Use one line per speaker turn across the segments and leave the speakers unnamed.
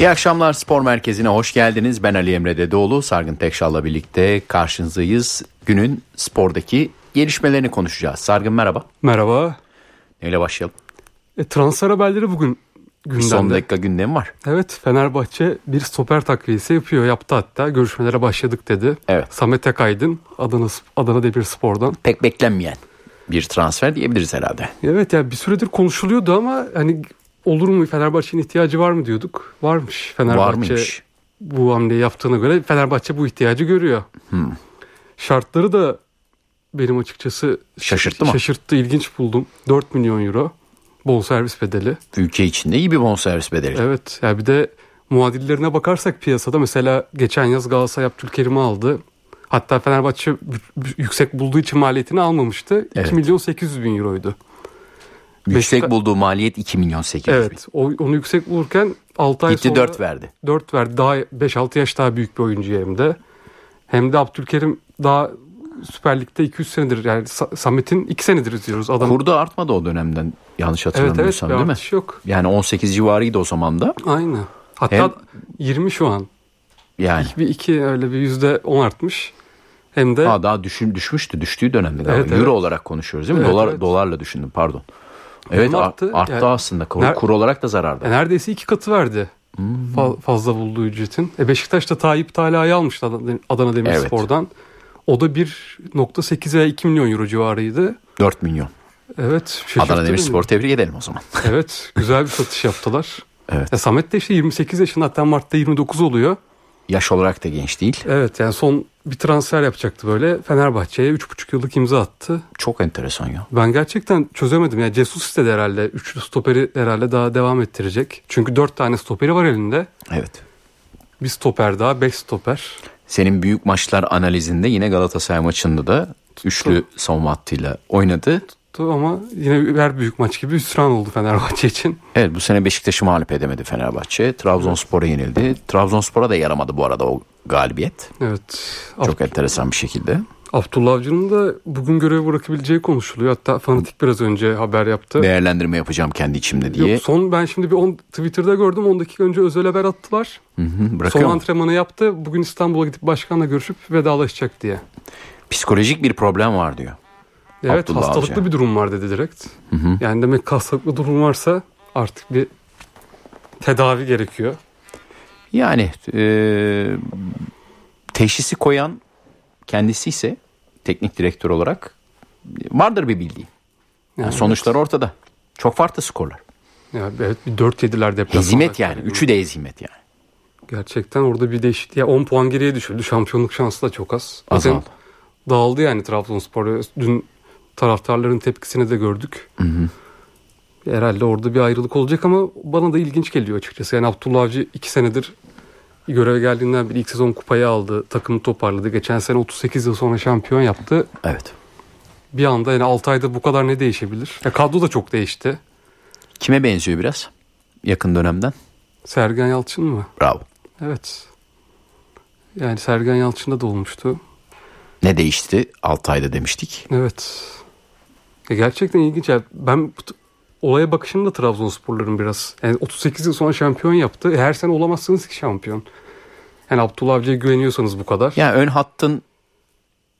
İyi akşamlar spor merkezine hoş geldiniz. Ben Ali Emre Dedeoğlu, Sargın Tekşal'la birlikte karşınızdayız. Günün spordaki gelişmelerini konuşacağız. Sargın merhaba.
Merhaba.
Neyle başlayalım?
E, transfer haberleri bugün gündemde.
Son dakika gündemi var.
Evet Fenerbahçe bir stoper takviyesi yapıyor. Yaptı hatta. Görüşmelere başladık dedi.
Evet.
Samet Akaydın Adana, Adana Demirspor'dan.
Pek beklenmeyen bir transfer diyebiliriz herhalde.
Evet yani bir süredir konuşuluyordu ama hani olur mu Fenerbahçe'nin ihtiyacı var mı diyorduk. Varmış
Var
Fenerbahçe
mıymış?
bu hamleyi yaptığına göre Fenerbahçe bu ihtiyacı görüyor.
Hmm.
Şartları da benim açıkçası
Şaşırttı mı?
Şaşırttı, ilginç buldum. 4 milyon euro bonservis bedeli.
Ülke içinde iyi bir bonservis bedeli.
Evet ya bir de muadillerine bakarsak piyasada mesela geçen yaz Galatasaray Abdülkerim'i aldı. Hatta Fenerbahçe b- b- yüksek bulduğu için maliyetini almamıştı. 2
Evet.
milyon 800 bin euroydu.
Yüksek
Beşikta-
bulduğu maliyet 2 milyon 800 bin.
Evet o, onu yüksek bulurken 6 ay
Gitti
sonra
4 verdi.
4 verdi. Daha 5-6 yaş daha büyük bir oyuncuya hem de. Hem de Abdülkerim daha Süper Lig'de 2-3 senedir yani Sa- Samet'in 2 senedir izliyoruz. Adam,
Kurdu artmadı o dönemden yanlış
evet evet
hatırlamıyorsam
bir
değil mi?
artış yok.
Yani 18 civarıydı o zaman da.
Aynı. Hatta
Hem-
20 şu an.
Yani
Bir iki öyle bir yüzde on artmış. Hem de
Aa, daha düşün, düşmüştü düştüğü dönemde galiba.
Evet, evet.
Euro olarak konuşuyoruz değil mi?
Evet,
Dolar
evet.
dolarla düşündüm pardon. Evet ar- arttı,
arttı. Yani-
aslında kur,
Ner-
kur olarak da zararda.
e, neredeyse iki katı verdi.
Hmm.
Fa- fazla bulduğu ücretin. E Beşiktaş da Tayyip Talha'yı almıştı Adana- Adana Demirspor'dan. O da 1.8 veya 2 milyon euro civarıydı.
4 milyon.
Evet. şaşırttı
Adana
beni.
Demirspor tebrik edelim o zaman.
Evet. Güzel bir satış yaptılar.
Evet.
Ya Samet de işte 28 yaşında hatta Mart'ta 29 oluyor.
Yaş olarak da genç değil.
Evet yani son bir transfer yapacaktı böyle. Fenerbahçe'ye 3,5 yıllık imza attı.
Çok enteresan ya.
Ben gerçekten çözemedim. Yani Jesus istedi herhalde. Üçlü stoperi herhalde daha devam ettirecek. Çünkü dört tane stoperi var elinde.
Evet.
Bir stoper daha, beş stoper.
Senin büyük maçlar analizinde yine Galatasaray maçında da üçlü savunma hattıyla oynadı.
Tu- Ama yine her büyük maç gibi hüsran oldu Fenerbahçe için.
Evet bu sene Beşiktaş'ı mağlup edemedi Fenerbahçe. Trabzonspor'a yenildi. Trabzonspor'a da yaramadı bu arada o galibiyet.
Evet. Ab-
Çok enteresan bir şekilde.
Abdullah Avcı'nın da bugün görevi bırakabileceği konuşuluyor. Hatta fanatik biraz önce haber yaptı.
Değerlendirme yapacağım kendi içimde diye.
Yok, son ben şimdi bir on, Twitter'da gördüm. 10 dakika önce özel haber attılar.
Hı hı,
son
bırakıyor mu?
antrenmanı yaptı. Bugün İstanbul'a gidip başkanla görüşüp vedalaşacak diye.
Psikolojik bir problem var diyor.
Evet
Abdullah
hastalıklı
Avcı.
bir durum var dedi direkt. Yani demek ki hastalıklı durum varsa artık bir tedavi gerekiyor.
Yani e, teşhisi koyan kendisi ise teknik direktör olarak vardır bir bildiği. Yani
Yani
sonuçlar ortada. Çok farklı skorlar.
Yani evet bir 4 yediler deplasmanda.
Hizmet yani. Üçü de hizmet yani.
Gerçekten orada bir değişik. Ya 10 puan geriye düşürdü. Şampiyonluk şansı da çok az. Zaten
Azaldı.
Dağıldı yani Trabzonspor. Dün taraftarların tepkisini de gördük. Herhalde orada bir ayrılık olacak ama bana da ilginç geliyor açıkçası. Yani Abdullah Avcı 2 senedir göreve geldiğinden beri ilk sezon kupayı aldı. Takımı toparladı. Geçen sene 38 yıl sonra şampiyon yaptı.
Evet.
bir anda yani 6 ayda bu kadar ne değişebilir? Ya kadro da çok değişti.
Kime benziyor biraz? Yakın dönemden.
Sergen Yalçın mı?
Bravo.
Evet. Yani Sergen Yalçın'da da olmuştu.
Ne değişti? 6 ayda demiştik.
Evet. Ya gerçekten ilginç. Ya ben bu t- olaya bakışım da Trabzonsporların biraz. Yani 38 yıl sonra şampiyon yaptı. E her sene olamazsınız ki şampiyon. Yani Abdullah Avcı'ya güveniyorsanız bu kadar.
Yani ön hattın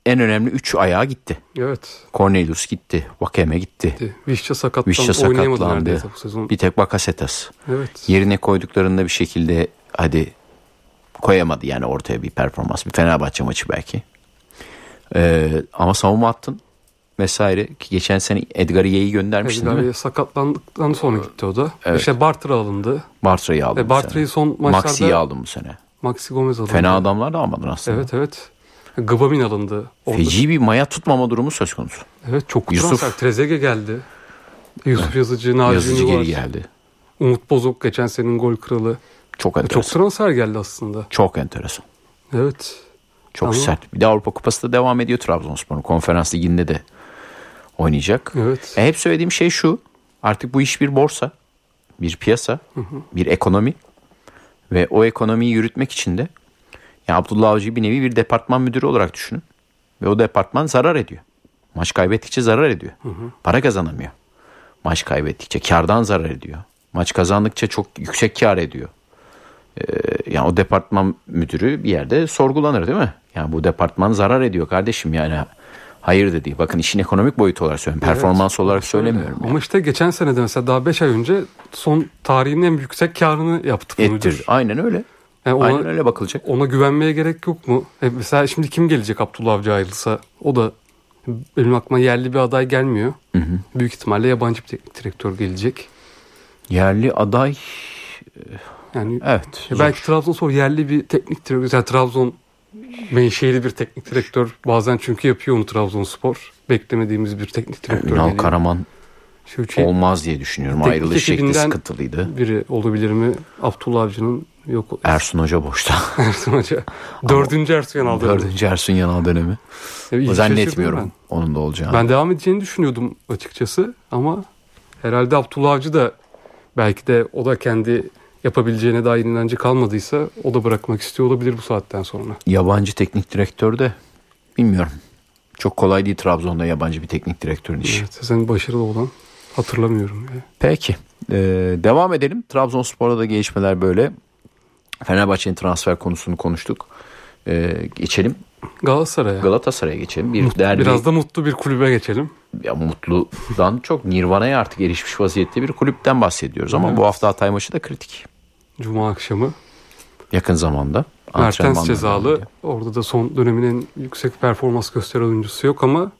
en önemli 3 ayağı gitti.
Evet.
Cornelius gitti. Vakeme gitti.
De, Vişça sakatlandı.
Vişça
Oynayamadı
sakatlandı.
neredeyse bu sezon.
Bir tek Bakasetas.
Evet.
yerine koyduklarında bir şekilde hadi koyamadı yani ortaya bir performans. Bir Fenerbahçe maçı belki. Ee, ama savunma attın vesaire. Ki Geçen sene Edgar Ye'yi göndermiştin değil mi?
Edgar sakatlandıktan sonra gitti o da.
Evet.
İşte Bartra alındı.
Bartra'yı aldın bu sene.
E, Bartra'yı son
Maxi'yi
maçlarda
aldım bu sene.
Maxi Gomez alındı.
Fena adamlar da almadın aslında.
Evet evet. Gıbamin alındı. Orada.
Feci bir maya tutmama durumu söz konusu.
Evet çok
Yusuf.
transfer. Trezege geldi. Yusuf Yazıcı, Naci
Yazıcı
Ünlü
geri
var.
geldi.
Umut Bozok geçen senin gol kralı. E,
Çok
Çok
enteresan. Çok,
transfer geldi aslında.
enteresan.
Evet.
Çok
Ama-
sert. Bir de Avrupa Kupası da devam ediyor Trabzonspor'un. Konferans liginde de oynayacak.
Evet.
E, hep söylediğim şey şu. Artık bu iş bir borsa, bir piyasa, bir ekonomi ve o ekonomiyi yürütmek için de ya Abdullah Avcı'yı bir nevi bir departman müdürü olarak düşünün. Ve o departman zarar ediyor. Maç kaybettikçe zarar ediyor. Para kazanamıyor. Maç kaybettikçe kardan zarar ediyor. Maç kazandıkça çok yüksek kar ediyor. e, yani o departman müdürü bir yerde sorgulanır değil mi? Yani bu departman zarar ediyor kardeşim yani. Hayır dedi. Bakın işin ekonomik boyutu olarak söylüyorum. Performans olarak söylemiyorum.
Ama işte geçen senede mesela daha 5 ay önce son tarihin en yüksek karını yaptı bu
Ettir.
müdür.
Aynen öyle.
Yani ona,
Aynen öyle bakılacak.
ona güvenmeye gerek yok mu? E mesela şimdi kim gelecek Abdullah Avcı ayrılsa? O da benim aklıma yerli bir aday gelmiyor. Büyük ihtimalle yabancı bir tek- direktör gelecek.
Yerli aday
Yani
evet.
E
zor.
Belki Trabzonspor yerli bir teknik direktör. Yani Trabzon menşeili bir teknik direktör. Bazen çünkü yapıyor onu Trabzonspor. Beklemediğimiz bir teknik direktör.
Ünal
geliyor.
Karaman
Şu üç-
olmaz diye düşünüyorum.
Teknik
Ayrılış şekli
ekibinden-
sıkıntılıydı.
biri olabilir mi? Abdullah Avcı'nın yok.
Ersun Hoca boşta.
Ersun Hoca. Dördüncü Ersun Yanal dönemi.
Dördüncü Ersun Yanal dönemi.
Yani ilginç
Zannetmiyorum
şaşırdım
onun da olacağını.
Ben. ben devam edeceğini düşünüyordum açıkçası ama herhalde Abdullah Avcı da belki de o da kendi yapabileceğine dair inancı kalmadıysa o da bırakmak istiyor olabilir bu saatten sonra.
Yabancı teknik direktör de bilmiyorum. Çok kolay değil Trabzon'da yabancı bir teknik direktörün işi.
Evet, senin başarılı olan hatırlamıyorum. ya.
Peki. Ee, devam edelim. Trabzonspor'da da gelişmeler böyle. Fenerbahçe'nin transfer konusunu konuştuk. Ee, geçelim.
Galatasaray'a.
Galatasaray'a geçelim. Bir
Mut-
derbi.
Biraz da mutlu bir kulübe geçelim.
ya mutludan çok Nirvana'ya artık erişmiş vaziyette bir kulüpten bahsediyoruz ama
Evet.
bu hafta Hatay maçı da kritik.
Cuma akşamı
Yakın zamanda.
Mertens
Antrenmanlar devam
cezalı.
ediyor.
Orada da son dönemin en yüksek performans gösteren oyuncusu yok ama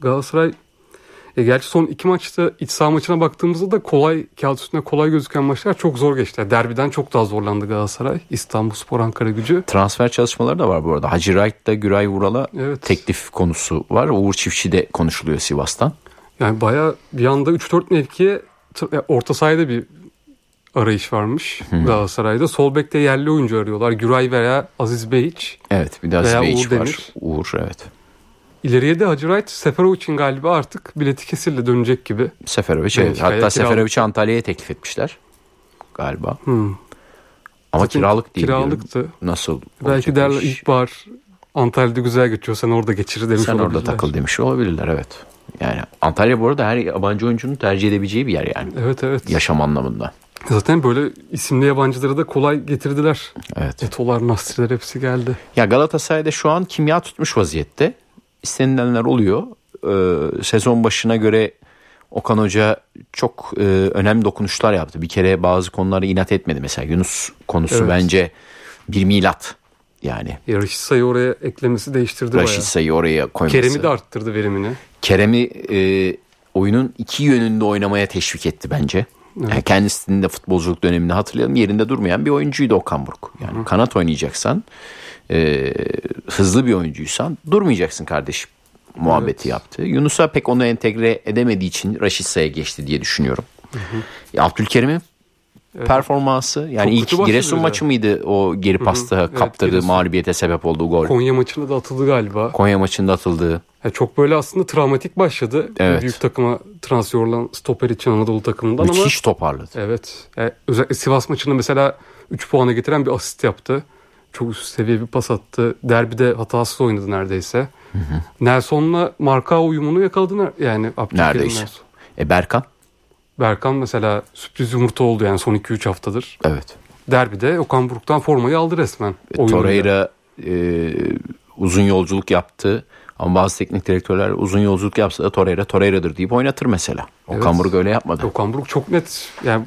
Galatasaray e, gerçi son iki maçta iç saha maçına baktığımızda da kolay kağıt üstünde kolay gözüken maçlar çok zor geçti. Yani Derbiden çok daha zorlandı Galatasaray. İstanbul Spor Ankara gücü.
Transfer çalışmaları da var bu arada. Hacı Wright'ta Güray Vural'a
Evet.
teklif konusu var. Uğur Çiftçi de konuşuluyor Sivas'tan.
Yani bayağı bir anda 3-4 mevkiye tr- ya orta sahada bir arayış varmış Galatasaray'da. Sol bekte yerli oyuncu arıyorlar. Güray veya Aziz Beyiç.
Evet bir de Aziz
Veya
Bey
Uğur
var.
Demir.
Uğur evet.
İleriye de Hacı Wright Seferov için galiba artık bileti kesildi dönecek gibi.
Seferovic
Evet,
evet.
kiralık.
Hatta Seferovic'i Antalya'ya teklif etmişler galiba.
Hmm.
Ama
Zaten
kiralık değil. diyorum.
Kiralıktı.
Nasıl?
Belki
olacak
derler
iş?
ilkbahar Antalya'da güzel geçiyor sen orada geçir demiş
Sen orada
olabilirler.
takıl demiş olabilirler evet. Yani Antalya bu arada her yabancı oyuncunun tercih edebileceği bir yer yani.
Evet evet.
Yaşam anlamında.
Zaten böyle isimli yabancıları da kolay getirdiler.
Evet.
Etolar, Nastriler hepsi geldi.
Ya Galatasaray'da şu an kimya tutmuş vaziyette. İstenilenler oluyor. Ee, sezon başına göre Okan Hoca çok e, önemli dokunuşlar yaptı. Bir kere bazı konulara inat etmedi. Mesela Yunus konusu
Evet.
bence bir milat. Yani
E, Raşit Say'ı oraya eklemesi değiştirdi
Raşit Say'ı oraya koyması.
bayağı. Kerem'i de arttırdı verimini.
Kerem'i e, oyunun iki yönünde oynamaya teşvik etti bence. Yani kendisinin de futbolculuk döneminde hatırlayalım yerinde durmayan bir oyuncuydu Okan Buruk. Yani kanat oynayacaksan e, hızlı bir oyuncuysan durmayacaksın kardeşim muhabbeti yaptı. Yunus'a pek onu entegre edemediği için Raşit Say'a geçti diye düşünüyorum. E, Abdülkerim'in performansı yani
Çok kötü
ilk
başladı
Giresun
bir de.
maçı mıydı o geri pasta
Evet,
kaptırdığı
Giresun.
mağlubiyete sebep olduğu gol.
Konya maçına da atıldı galiba.
Konya maçında atıldığı.
Yani çok böyle aslında travmatik başladı.
Evet.
Büyük takıma transfer olan stoper için Anadolu takımından ama...
Müthiş toparladı.
Evet. E, özellikle Sivas maçında mesela 3 puana getiren bir asist yaptı. Çok üst seviye bir pas attı. Derbide hatasız oynadı neredeyse. Nelson'la marka uyumunu yakaladı. ner- Yani Abdülkerim
Neredeyse.
Nelson.
E Berkan?
Berkan mesela sürpriz yumurta oldu yani son 2-3 haftadır.
Evet. E,
Derbide Okan Buruk'tan formayı aldı resmen. oyunuyla.
Torreira e, uzun yolculuk yaptı. Ama bazı teknik direktörler uzun yolculuk yapsa da Torreira Torreira'dır deyip oynatır mesela. Okan
Evet.
Buruk öyle yapmadı.
Okan Buruk çok net yani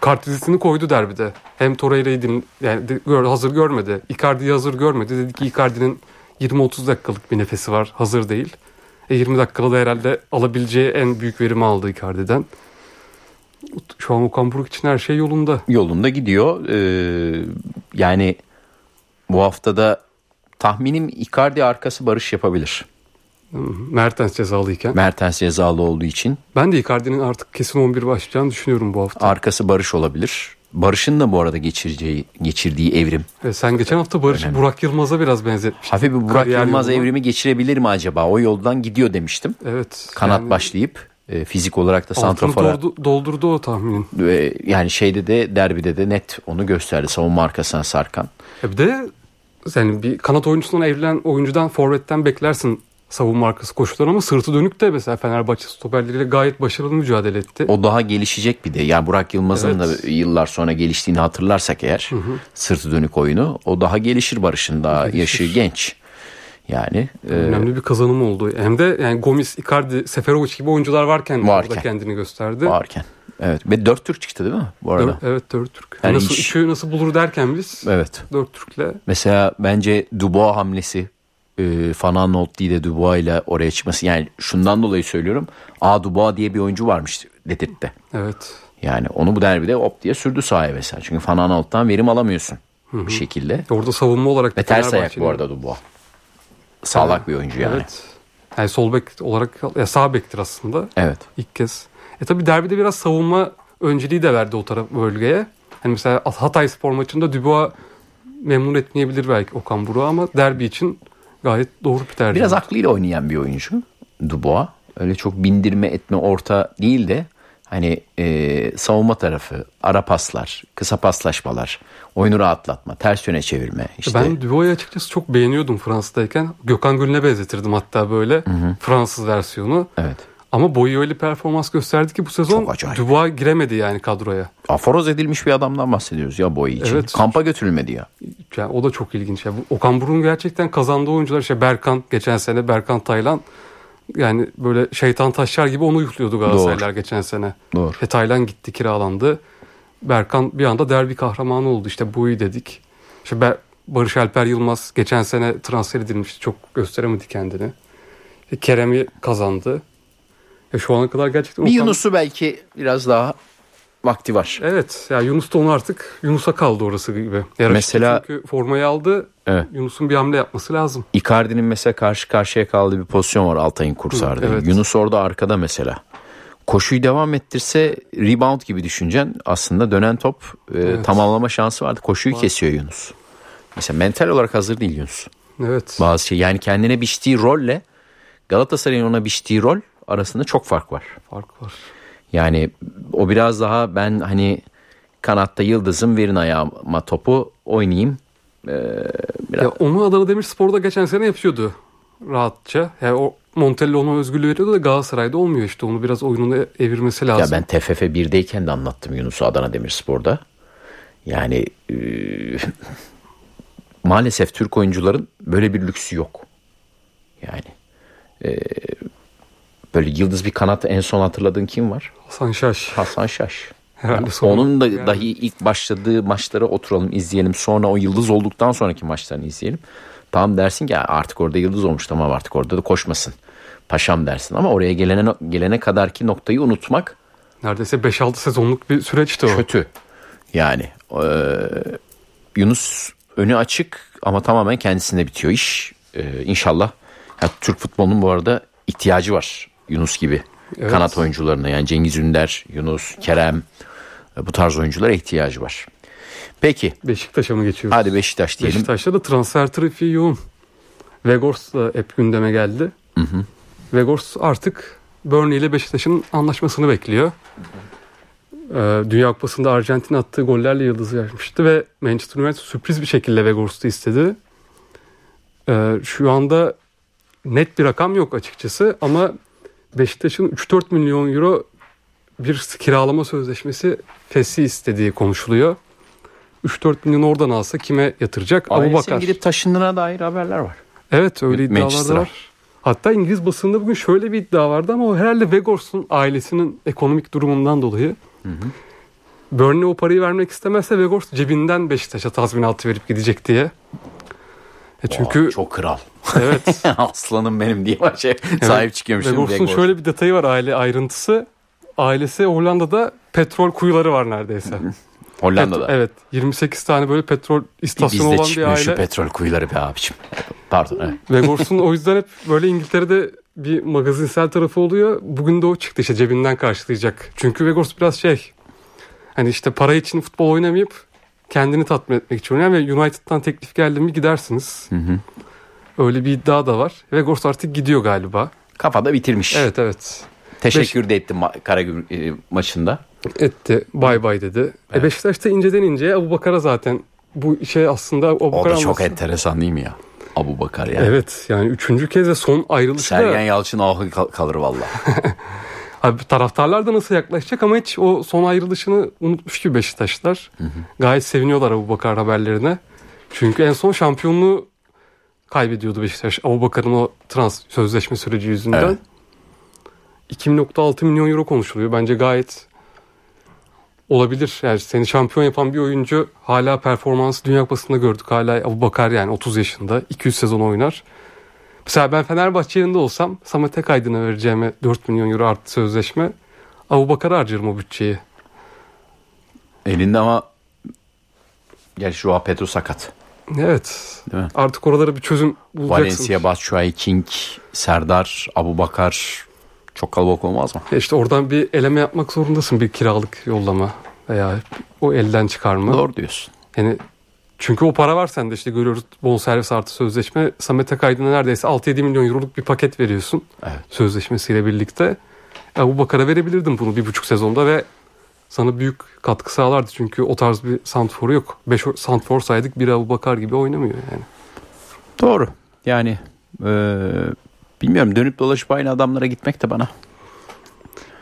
kart dizisini koydu derbide. Hem Torreira'yı din, yani de- gör- hazır görmedi. Icardi'yi hazır görmedi. Dedi ki Icardi'nin 20-30 dakikalık bir nefesi var. Hazır değil. E 20 dakikada da herhalde alabileceği en büyük verimi aldı Icardi'den. Şu an Okan Buruk için her şey yolunda.
Yolunda gidiyor. E, yani bu haftada tahminim Icardi arkası barış yapabilir.
Mertens cezalıyken.
Mertens cezalı olduğu için
Ben de Icardi'nin artık kesin 11 başlayacağını düşünüyorum bu hafta.
arkası barış olabilir. Barış'ın da bu arada geçireceği geçirdiği evrim.
E sen geçen hafta Barış'ı
Önemli.
Burak Yılmaz'a biraz benzetmiştin.
Hafif bir Burak
Kariyer
Yılmaz
yoluna.
evrimi geçirebilir mi acaba? O yoldan gidiyor demiştim.
Evet.
Kanat
yani
başlayıp e, fizik olarak da
altını
santrafora
doldu- doldurdu o tahminin.
Ve yani şeyde de derbide de net onu gösterdi savunma arkasına sarkan.
E bir de yani bir kanat oyuncusundan evrilen oyuncudan forvetten beklersin savunma arkası koşular ama sırtı dönük de mesela Fenerbahçe stoperleriyle gayet başarılı mücadele etti.
O daha gelişecek bir de. Yani Burak Yılmaz'ın
Evet.
da yıllar sonra geliştiğini hatırlarsak eğer sırtı dönük oyunu o daha gelişir Barış'ın daha yaşı genç. Yani e,
Önemli bir kazanım oldu. Hem de yani Gomis, Icardi, Seferovic gibi oyuncular varken,
Varken.
orada kendini gösterdi.
varken. Evet ve 4 Türk çıktı değil mi bu arada?
Dört- evet dört Türk.
Yani
nasıl
iş-
üçü nasıl bulur derken biz
Evet.
dört Türk'le
Mesela bence Dubois hamlesi e, Fana Noldi de Dubois ile oraya çıkması. Yani şundan dolayı söylüyorum. A Dubois diye bir oyuncu varmış Dedirt'te.
evet
Yani onu bu derbide hop diye sürdü sahaya mesela. Çünkü Fana Noldi'den verim alamıyorsun bir şekilde.
orada savunma olarak
Ve
da
ters ayak
Fenerbahçe'nin-
bu arada Dubois. Sağlak bir oyuncu yani. Evet.
Evet. Yani sol bek olarak ya sağ bektir aslında ilk kez. E tabi derbide biraz savunma önceliği de verdi o taraf bölgeye. Hani mesela Hatay Spor maçında Dubois memnun etmeyebilir belki Okan Buruk'u ama derbi için gayet doğru bir tercih.
Biraz aklıyla oynayan bir oyuncu Dubois. Öyle çok bindirme etme orta değil de hani e, savunma tarafı, ara paslar, kısa paslaşmalar, oyunu rahatlatma, ters yöne çevirme. işte
Ben Dubois'u açıkçası çok beğeniyordum Fransa'dayken. Gökhan Gönül'e benzetirdim hatta böyle Fransız versiyonu.
Evet.
Ama boyu öyle performans gösterdi ki bu sezon
Çok acayip.
Dubois giremedi yani kadroya.
Aforoz edilmiş bir adamdan bahsediyoruz ya boy için.
Evet.
Kampa götürülmedi ya.
Yani o da çok ilginç. Ya. Bu Okan Buruk'un gerçekten kazandığı oyuncular işte Berkan geçen sene Berkan Taylan yani böyle şeytan taşlar gibi onu yukluyordu Galatasaraylar geçen sene.
Doğru.
E, Taylan gitti kiralandı. Berkan bir anda derbi kahramanı oldu işte bu iyi dedik. İşte Ber- Barış Alper Yılmaz geçen sene transfer edilmişti çok gösteremedi kendini. E, Kerem'i kazandı. E, şu ana kadar gerçekten
Bir
Okan-
Yunus'u belki biraz daha vakti var.
Evet ya Yunus da onu artık Yunus'a kaldı orası gibi. Yarıştı
Mesela-
Çünkü formayı aldı
Evet.
Yunus'un bir hamle yapması lazım.
Icardi'nin mesela karşı karşıya kaldığı bir pozisyon var Altay'ın kursarda.
Evet.
Yunus orada arkada mesela. Koşuyu devam ettirse rebound gibi düşüncen aslında dönen top e, tamamlama şansı vardı. Koşuyu kesiyor Yunus. Mesela mental olarak hazır değil Yunus.
Evet.
Bazı şey yani kendine biçtiği rolle Galatasaray'ın ona biçtiği rol arasında çok fark var.
Fark var.
Yani o biraz daha ben hani kanatta yıldızım verin ayağıma topu oynayayım.
Ya onu Adana Demirspor'da geçen sene yapıyordu rahatça. Ya o Montella ona özgürlüğü veriyordu da Galatasaray'da olmuyor işte. Onu biraz oyununu evirmesi
Ya
lazım.
ben TFF 1'deyken de anlattım Yunus'u Adana Demirspor'da. Yani e, maalesef Türk oyuncuların böyle bir lüksü yok. Yani e, böyle yıldız bir kanat en son hatırladığın kim var?
Hasan Şaş.
Hasan Şaş.
Herhalde sonra-
Onun da dahi ilk başladığı maçlara oturalım izleyelim. Sonra o yıldız olduktan sonraki maçlarını izleyelim. Tamam dersin ki "Ya artık orada yıldız olmuş tamam artık orada da koşmasın. Paşam dersin ama oraya gelene gelene kadarki noktayı unutmak
Neredeyse 5-6 sezonluk bir süreçti o.
kötü. Yani eee, Yunus önü açık ama tamamen kendisinde bitiyor iş. Eee, inşallah ya Türk futbolunun bu arada ihtiyacı var Yunus gibi
Evet.
kanat oyuncularına yani Cengiz Ünder, Yunus, Kerem e, bu tarz oyunculara ihtiyacı var. Peki
Beşiktaş'a mı geçiyoruz?
hadi Beşiktaş diyelim.
Beşiktaş'ta da transfer trafiği yoğun. Vegors da hep gündeme geldi. Vegors artık Burnley ile Beşiktaş'ın anlaşmasını bekliyor. Ee, Dünya Kupası'nda Arjantin attığı gollerle yıldızı yapmıştı ve Manchester United sürpriz bir şekilde Vegors'u istedi. Ee, şu anda net bir rakam yok açıkçası ama Beşiktaş'ın 3-4 milyon euro bir kiralama sözleşmesi fesi istediği konuşuluyor. 3-4 milyon oradan alsa kime yatıracak? Abu
Ailesinin
Bakar.
gidip taşındığına dair haberler var.
Evet öyle iddialar da
Manchester'a.
var. Hatta İngiliz basınında bugün şöyle bir iddia vardı ama o herhalde Vegors'un ailesinin ekonomik durumundan dolayı. Burnley o parayı vermek istemezse Vegors cebinden Beşiktaş'a tazminatı verip gidecek diye. E çünkü
Aa, çok kral.
evet
Aslanım benim diye şey sahip çıkıyormuş. şimdi
Vegors'un
Weghorst.
şöyle bir detayı var aile ayrıntısı. Ailesi Hollanda'da petrol kuyuları var neredeyse.
Hollanda'da.
Pet- evet 28 tane böyle petrol istasyonu
Bizde
olan bir
çıkmıyor şu
aile.
petrol kuyuları be abicim. Pardon evet.
Vegors'un o yüzden hep böyle İngiltere'de bir magazinsel tarafı oluyor. Bugün de o çıktı işte cebinden karşılayacak. Çünkü Vegors biraz şey hani işte para için futbol oynamayıp kendini tatmin etmek için oynayan ve United'dan teklif geldi mi gidersiniz. Öyle bir iddia da var. Vegors artık gidiyor galiba.
Kafada bitirmiş.
Evet evet.
Teşekkür de ettim ma- Karagümrük e, maçında.
Etti. Bay bay dedi. E Beşiktaş da inceden inceye Abu Bakar'a zaten bu şey aslında Abu
O
Bakar
da çok
alması-
enteresan değil mi ya? Abu Bakar yani.
Evet yani üçüncü kez ve son ayrılışta
Sergen Yalçın ahı kal- kalır valla.
Abi taraftarlar da nasıl yaklaşacak ama hiç o son ayrılışını unutmuş gibi Beşiktaşlar. Gayet seviniyorlar Abubakar haberlerine. Çünkü en son şampiyonluğu kaybediyordu Beşiktaş. Abubakar'ın o trans sözleşme süreci yüzünden.
Evet.
2.6 milyon euro konuşuluyor. Bence gayet olabilir. Yani seni şampiyon yapan bir oyuncu hala performansı Dünya Kupası'nda gördük. Hala Abubakar yani 30 yaşında 200 sezon oynar. Mesela ben Fenerbahçe yerinde olsam Samet Akaydın'a vereceğime 4 milyon euro artı sözleşme Abu Bakar'a harcarım o bütçeyi.
Elinde ama gerçi Rua Petro sakat.
Evet.
Değil mi?
Artık oralara bir çözüm bulacaksın.
Valencia, Batshuayi, King, Serdar, Abu Bakar çok kalabalık olmaz mı?
Ya İşte oradan bir eleme yapmak zorundasın. Bir kiralık yollama veya o elden çıkarma.
Doğru diyorsun.
Yani Hani çünkü o para var sende işte görüyoruz bonservis artı sözleşme. Samet Akaydın'a neredeyse 6-7 milyon euroluk bir paket veriyorsun.
Evet.
Sözleşmesiyle birlikte. Abu Bakar'a verebilirdim bunu bir buçuk sezonda ve sana büyük katkı sağlardı. Çünkü o tarz bir santforu yok. 5 santfor saydık bir Abu Bakar gibi oynamıyor yani.
Doğru. Yani e, bilmiyorum dönüp dolaşıp aynı adamlara gitmek de bana.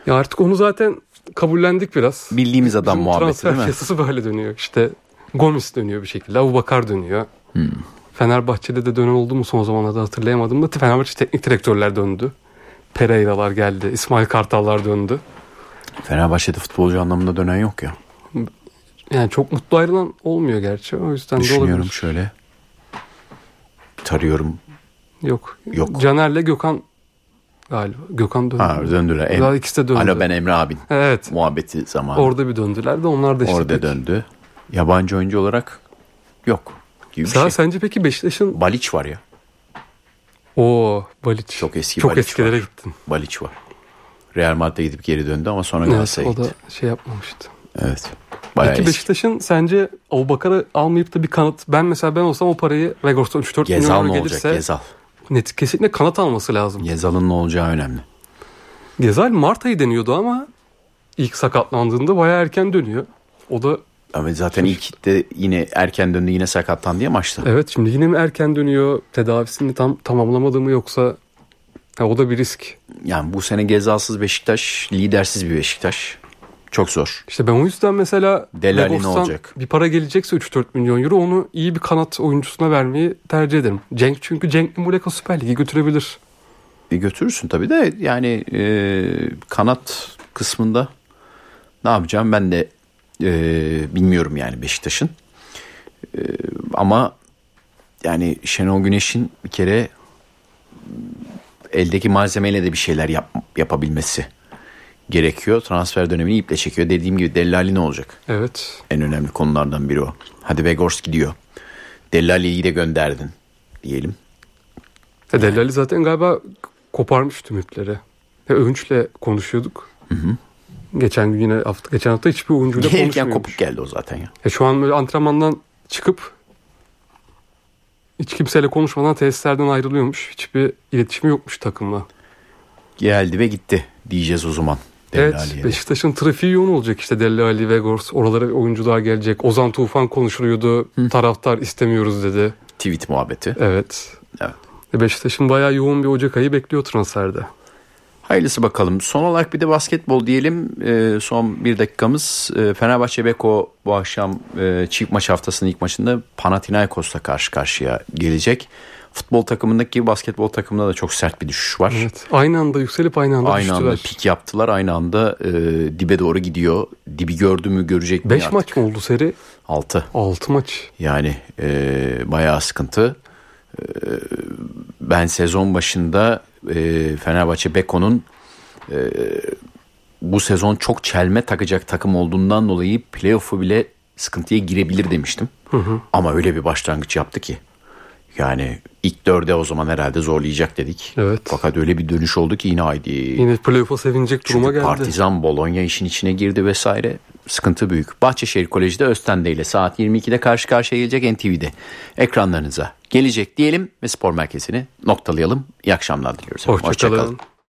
Ya artık onu zaten kabullendik biraz.
Bildiğimiz adam
Bizim
muhabbeti
transfer
değil mi?
piyasası böyle dönüyor. İşte Gomis dönüyor bir şekilde. Abubakar dönüyor.
Hmm.
Fenerbahçe'de de dönen oldu mu son zamanlarda hatırlayamadım da Fenerbahçe teknik direktörler döndü. Pereira'lar geldi. İsmail Kartallar döndü.
Fenerbahçe'de futbolcu anlamında dönen yok ya.
Yani çok mutlu ayrılan olmuyor gerçi. O yüzden de
Düşünüyorum
olabilir.
şöyle. Tarıyorum.
Yok.
Yok.
Caner'le Gökhan galiba. Gökhan döndü.
Ha döndüler. Em-
Daha ikisi de döndü.
Alo ben Emre abin.
Evet.
Muhabbeti zamanı.
Orada bir döndüler de onlar da işte.
Orada
pek-
döndü. Yabancı oyuncu olarak yok. Gibi bir
Mesela
şey.
sence peki Beşiktaş'ın
Baliç var ya.
o Baliç.
Çok eski
Çok
Baliç
eskilere
var.
gittin.
Baliç var. Real Madrid'e gidip geri döndü ama sonra
Evet,
Galatasaray'a
o da
gitti.
şey yapmamıştı.
Evet. Bayağı
Peki
eski.
Beşiktaş'ın sence Abubakar'ı almayıp da bir kanat ben mesela ben olsam o parayı Vegors'tan 3-4 milyon
Gezal
euro
ne olacak?
gelirse
Gezal.
net kesinlikle kanat alması lazım.
Gezal'ın ne olacağı önemli.
Gezal Mart ayı deniyordu ama ilk sakatlandığında bayağı erken dönüyor. O da
Ama zaten ilk de yine erken döndü yine sakatlandı ya maçta.
evet şimdi yine mi erken dönüyor tedavisini tam tamamlamadı mı yoksa Ha, o da bir risk.
Yani bu sene Gezal'sız Beşiktaş, lidersiz bir Beşiktaş. Çok zor.
İşte ben o yüzden mesela
Delali ne
Vegors'tan
olacak?
bir para gelecekse 3-4 milyon euro onu iyi bir kanat oyuncusuna vermeyi tercih ederim. Cenk çünkü Cenk Muleka Süper Lig'i götürebilir.
E götürürsün tabii de yani e, kanat kısmında ne yapacağım ben de e, bilmiyorum yani Beşiktaş'ın. E, ama yani Şenol Güneş'in bir kere eldeki malzemeyle de bir şeyler yap- yapabilmesi gerekiyor. Transfer dönemini iple çekiyor. Dediğim gibi Dellali ne olacak?
Evet.
En önemli konulardan biri o. Hadi Begors gidiyor. Dellali'yi de gönderdin diyelim.
Ya Delali zaten galiba koparmış tüm ipleri. Ya Övünç'le konuşuyorduk. Geçen gün yine hafta, geçen hafta hiçbir oyuncuyla
Gelirken
konuşmuyormuş.
kopuk geldi o zaten ya.
Ya şu an böyle antrenmandan çıkıp hiç kimseyle konuşmadan tesislerden ayrılıyormuş. Hiçbir iletişimi yokmuş takımla.
geldi ve gitti diyeceğiz o zaman. Delali
evet Beşiktaş'ın trafiği yoğun olacak işte Delali Ali Vegors. Oralara oyuncular gelecek. Ozan Tufan konuşuluyordu. Taraftar istemiyoruz dedi.
Tweet muhabbeti.
Evet.
Evet.
Ya Beşiktaş'ın bayağı yoğun bir Ocak ayı bekliyor transferde.
Hayırlısı bakalım. Son olarak bir de basketbol diyelim. Ee, son bir dakikamız. Ee, Fenerbahçe Beko bu akşam e, çift maç haftasının ilk maçında Panathinaikos'la karşı karşıya gelecek. Futbol takımındaki basketbol takımında da çok sert bir düşüş var.
Evet. Aynı anda yükselip aynı anda
Aynı
düştüler.
anda pik yaptılar. Aynı anda e, dibe doğru gidiyor. Dibi gördü mü görecek mi?
5
artık?
maç mı oldu seri?
Altı.
6 maç.
Yani e, bayağı sıkıntı. E, ben sezon başında e, Fenerbahçe Beko'nun e, bu sezon çok çelme takacak takım olduğundan dolayı playoff'u bile sıkıntıya girebilir demiştim. Ama öyle bir başlangıç yaptı ki. Yani ilk dörde o zaman herhalde zorlayacak dedik.
Evet.
Fakat öyle bir dönüş oldu ki yine haydi.
Yine playoff'a sevinecek duruma
Çünkü
geldi.
Partizan Bologna işin içine girdi vesaire. Sıkıntı büyük. Bahçeşehir Koleji'de Öztende ile saat 22'de karşı karşıya gelecek NTV'de. Ekranlarınıza gelecek diyelim ve spor merkezini noktalayalım. İyi akşamlar diliyoruz.
Hoşçakalın.
Hoşça kalın.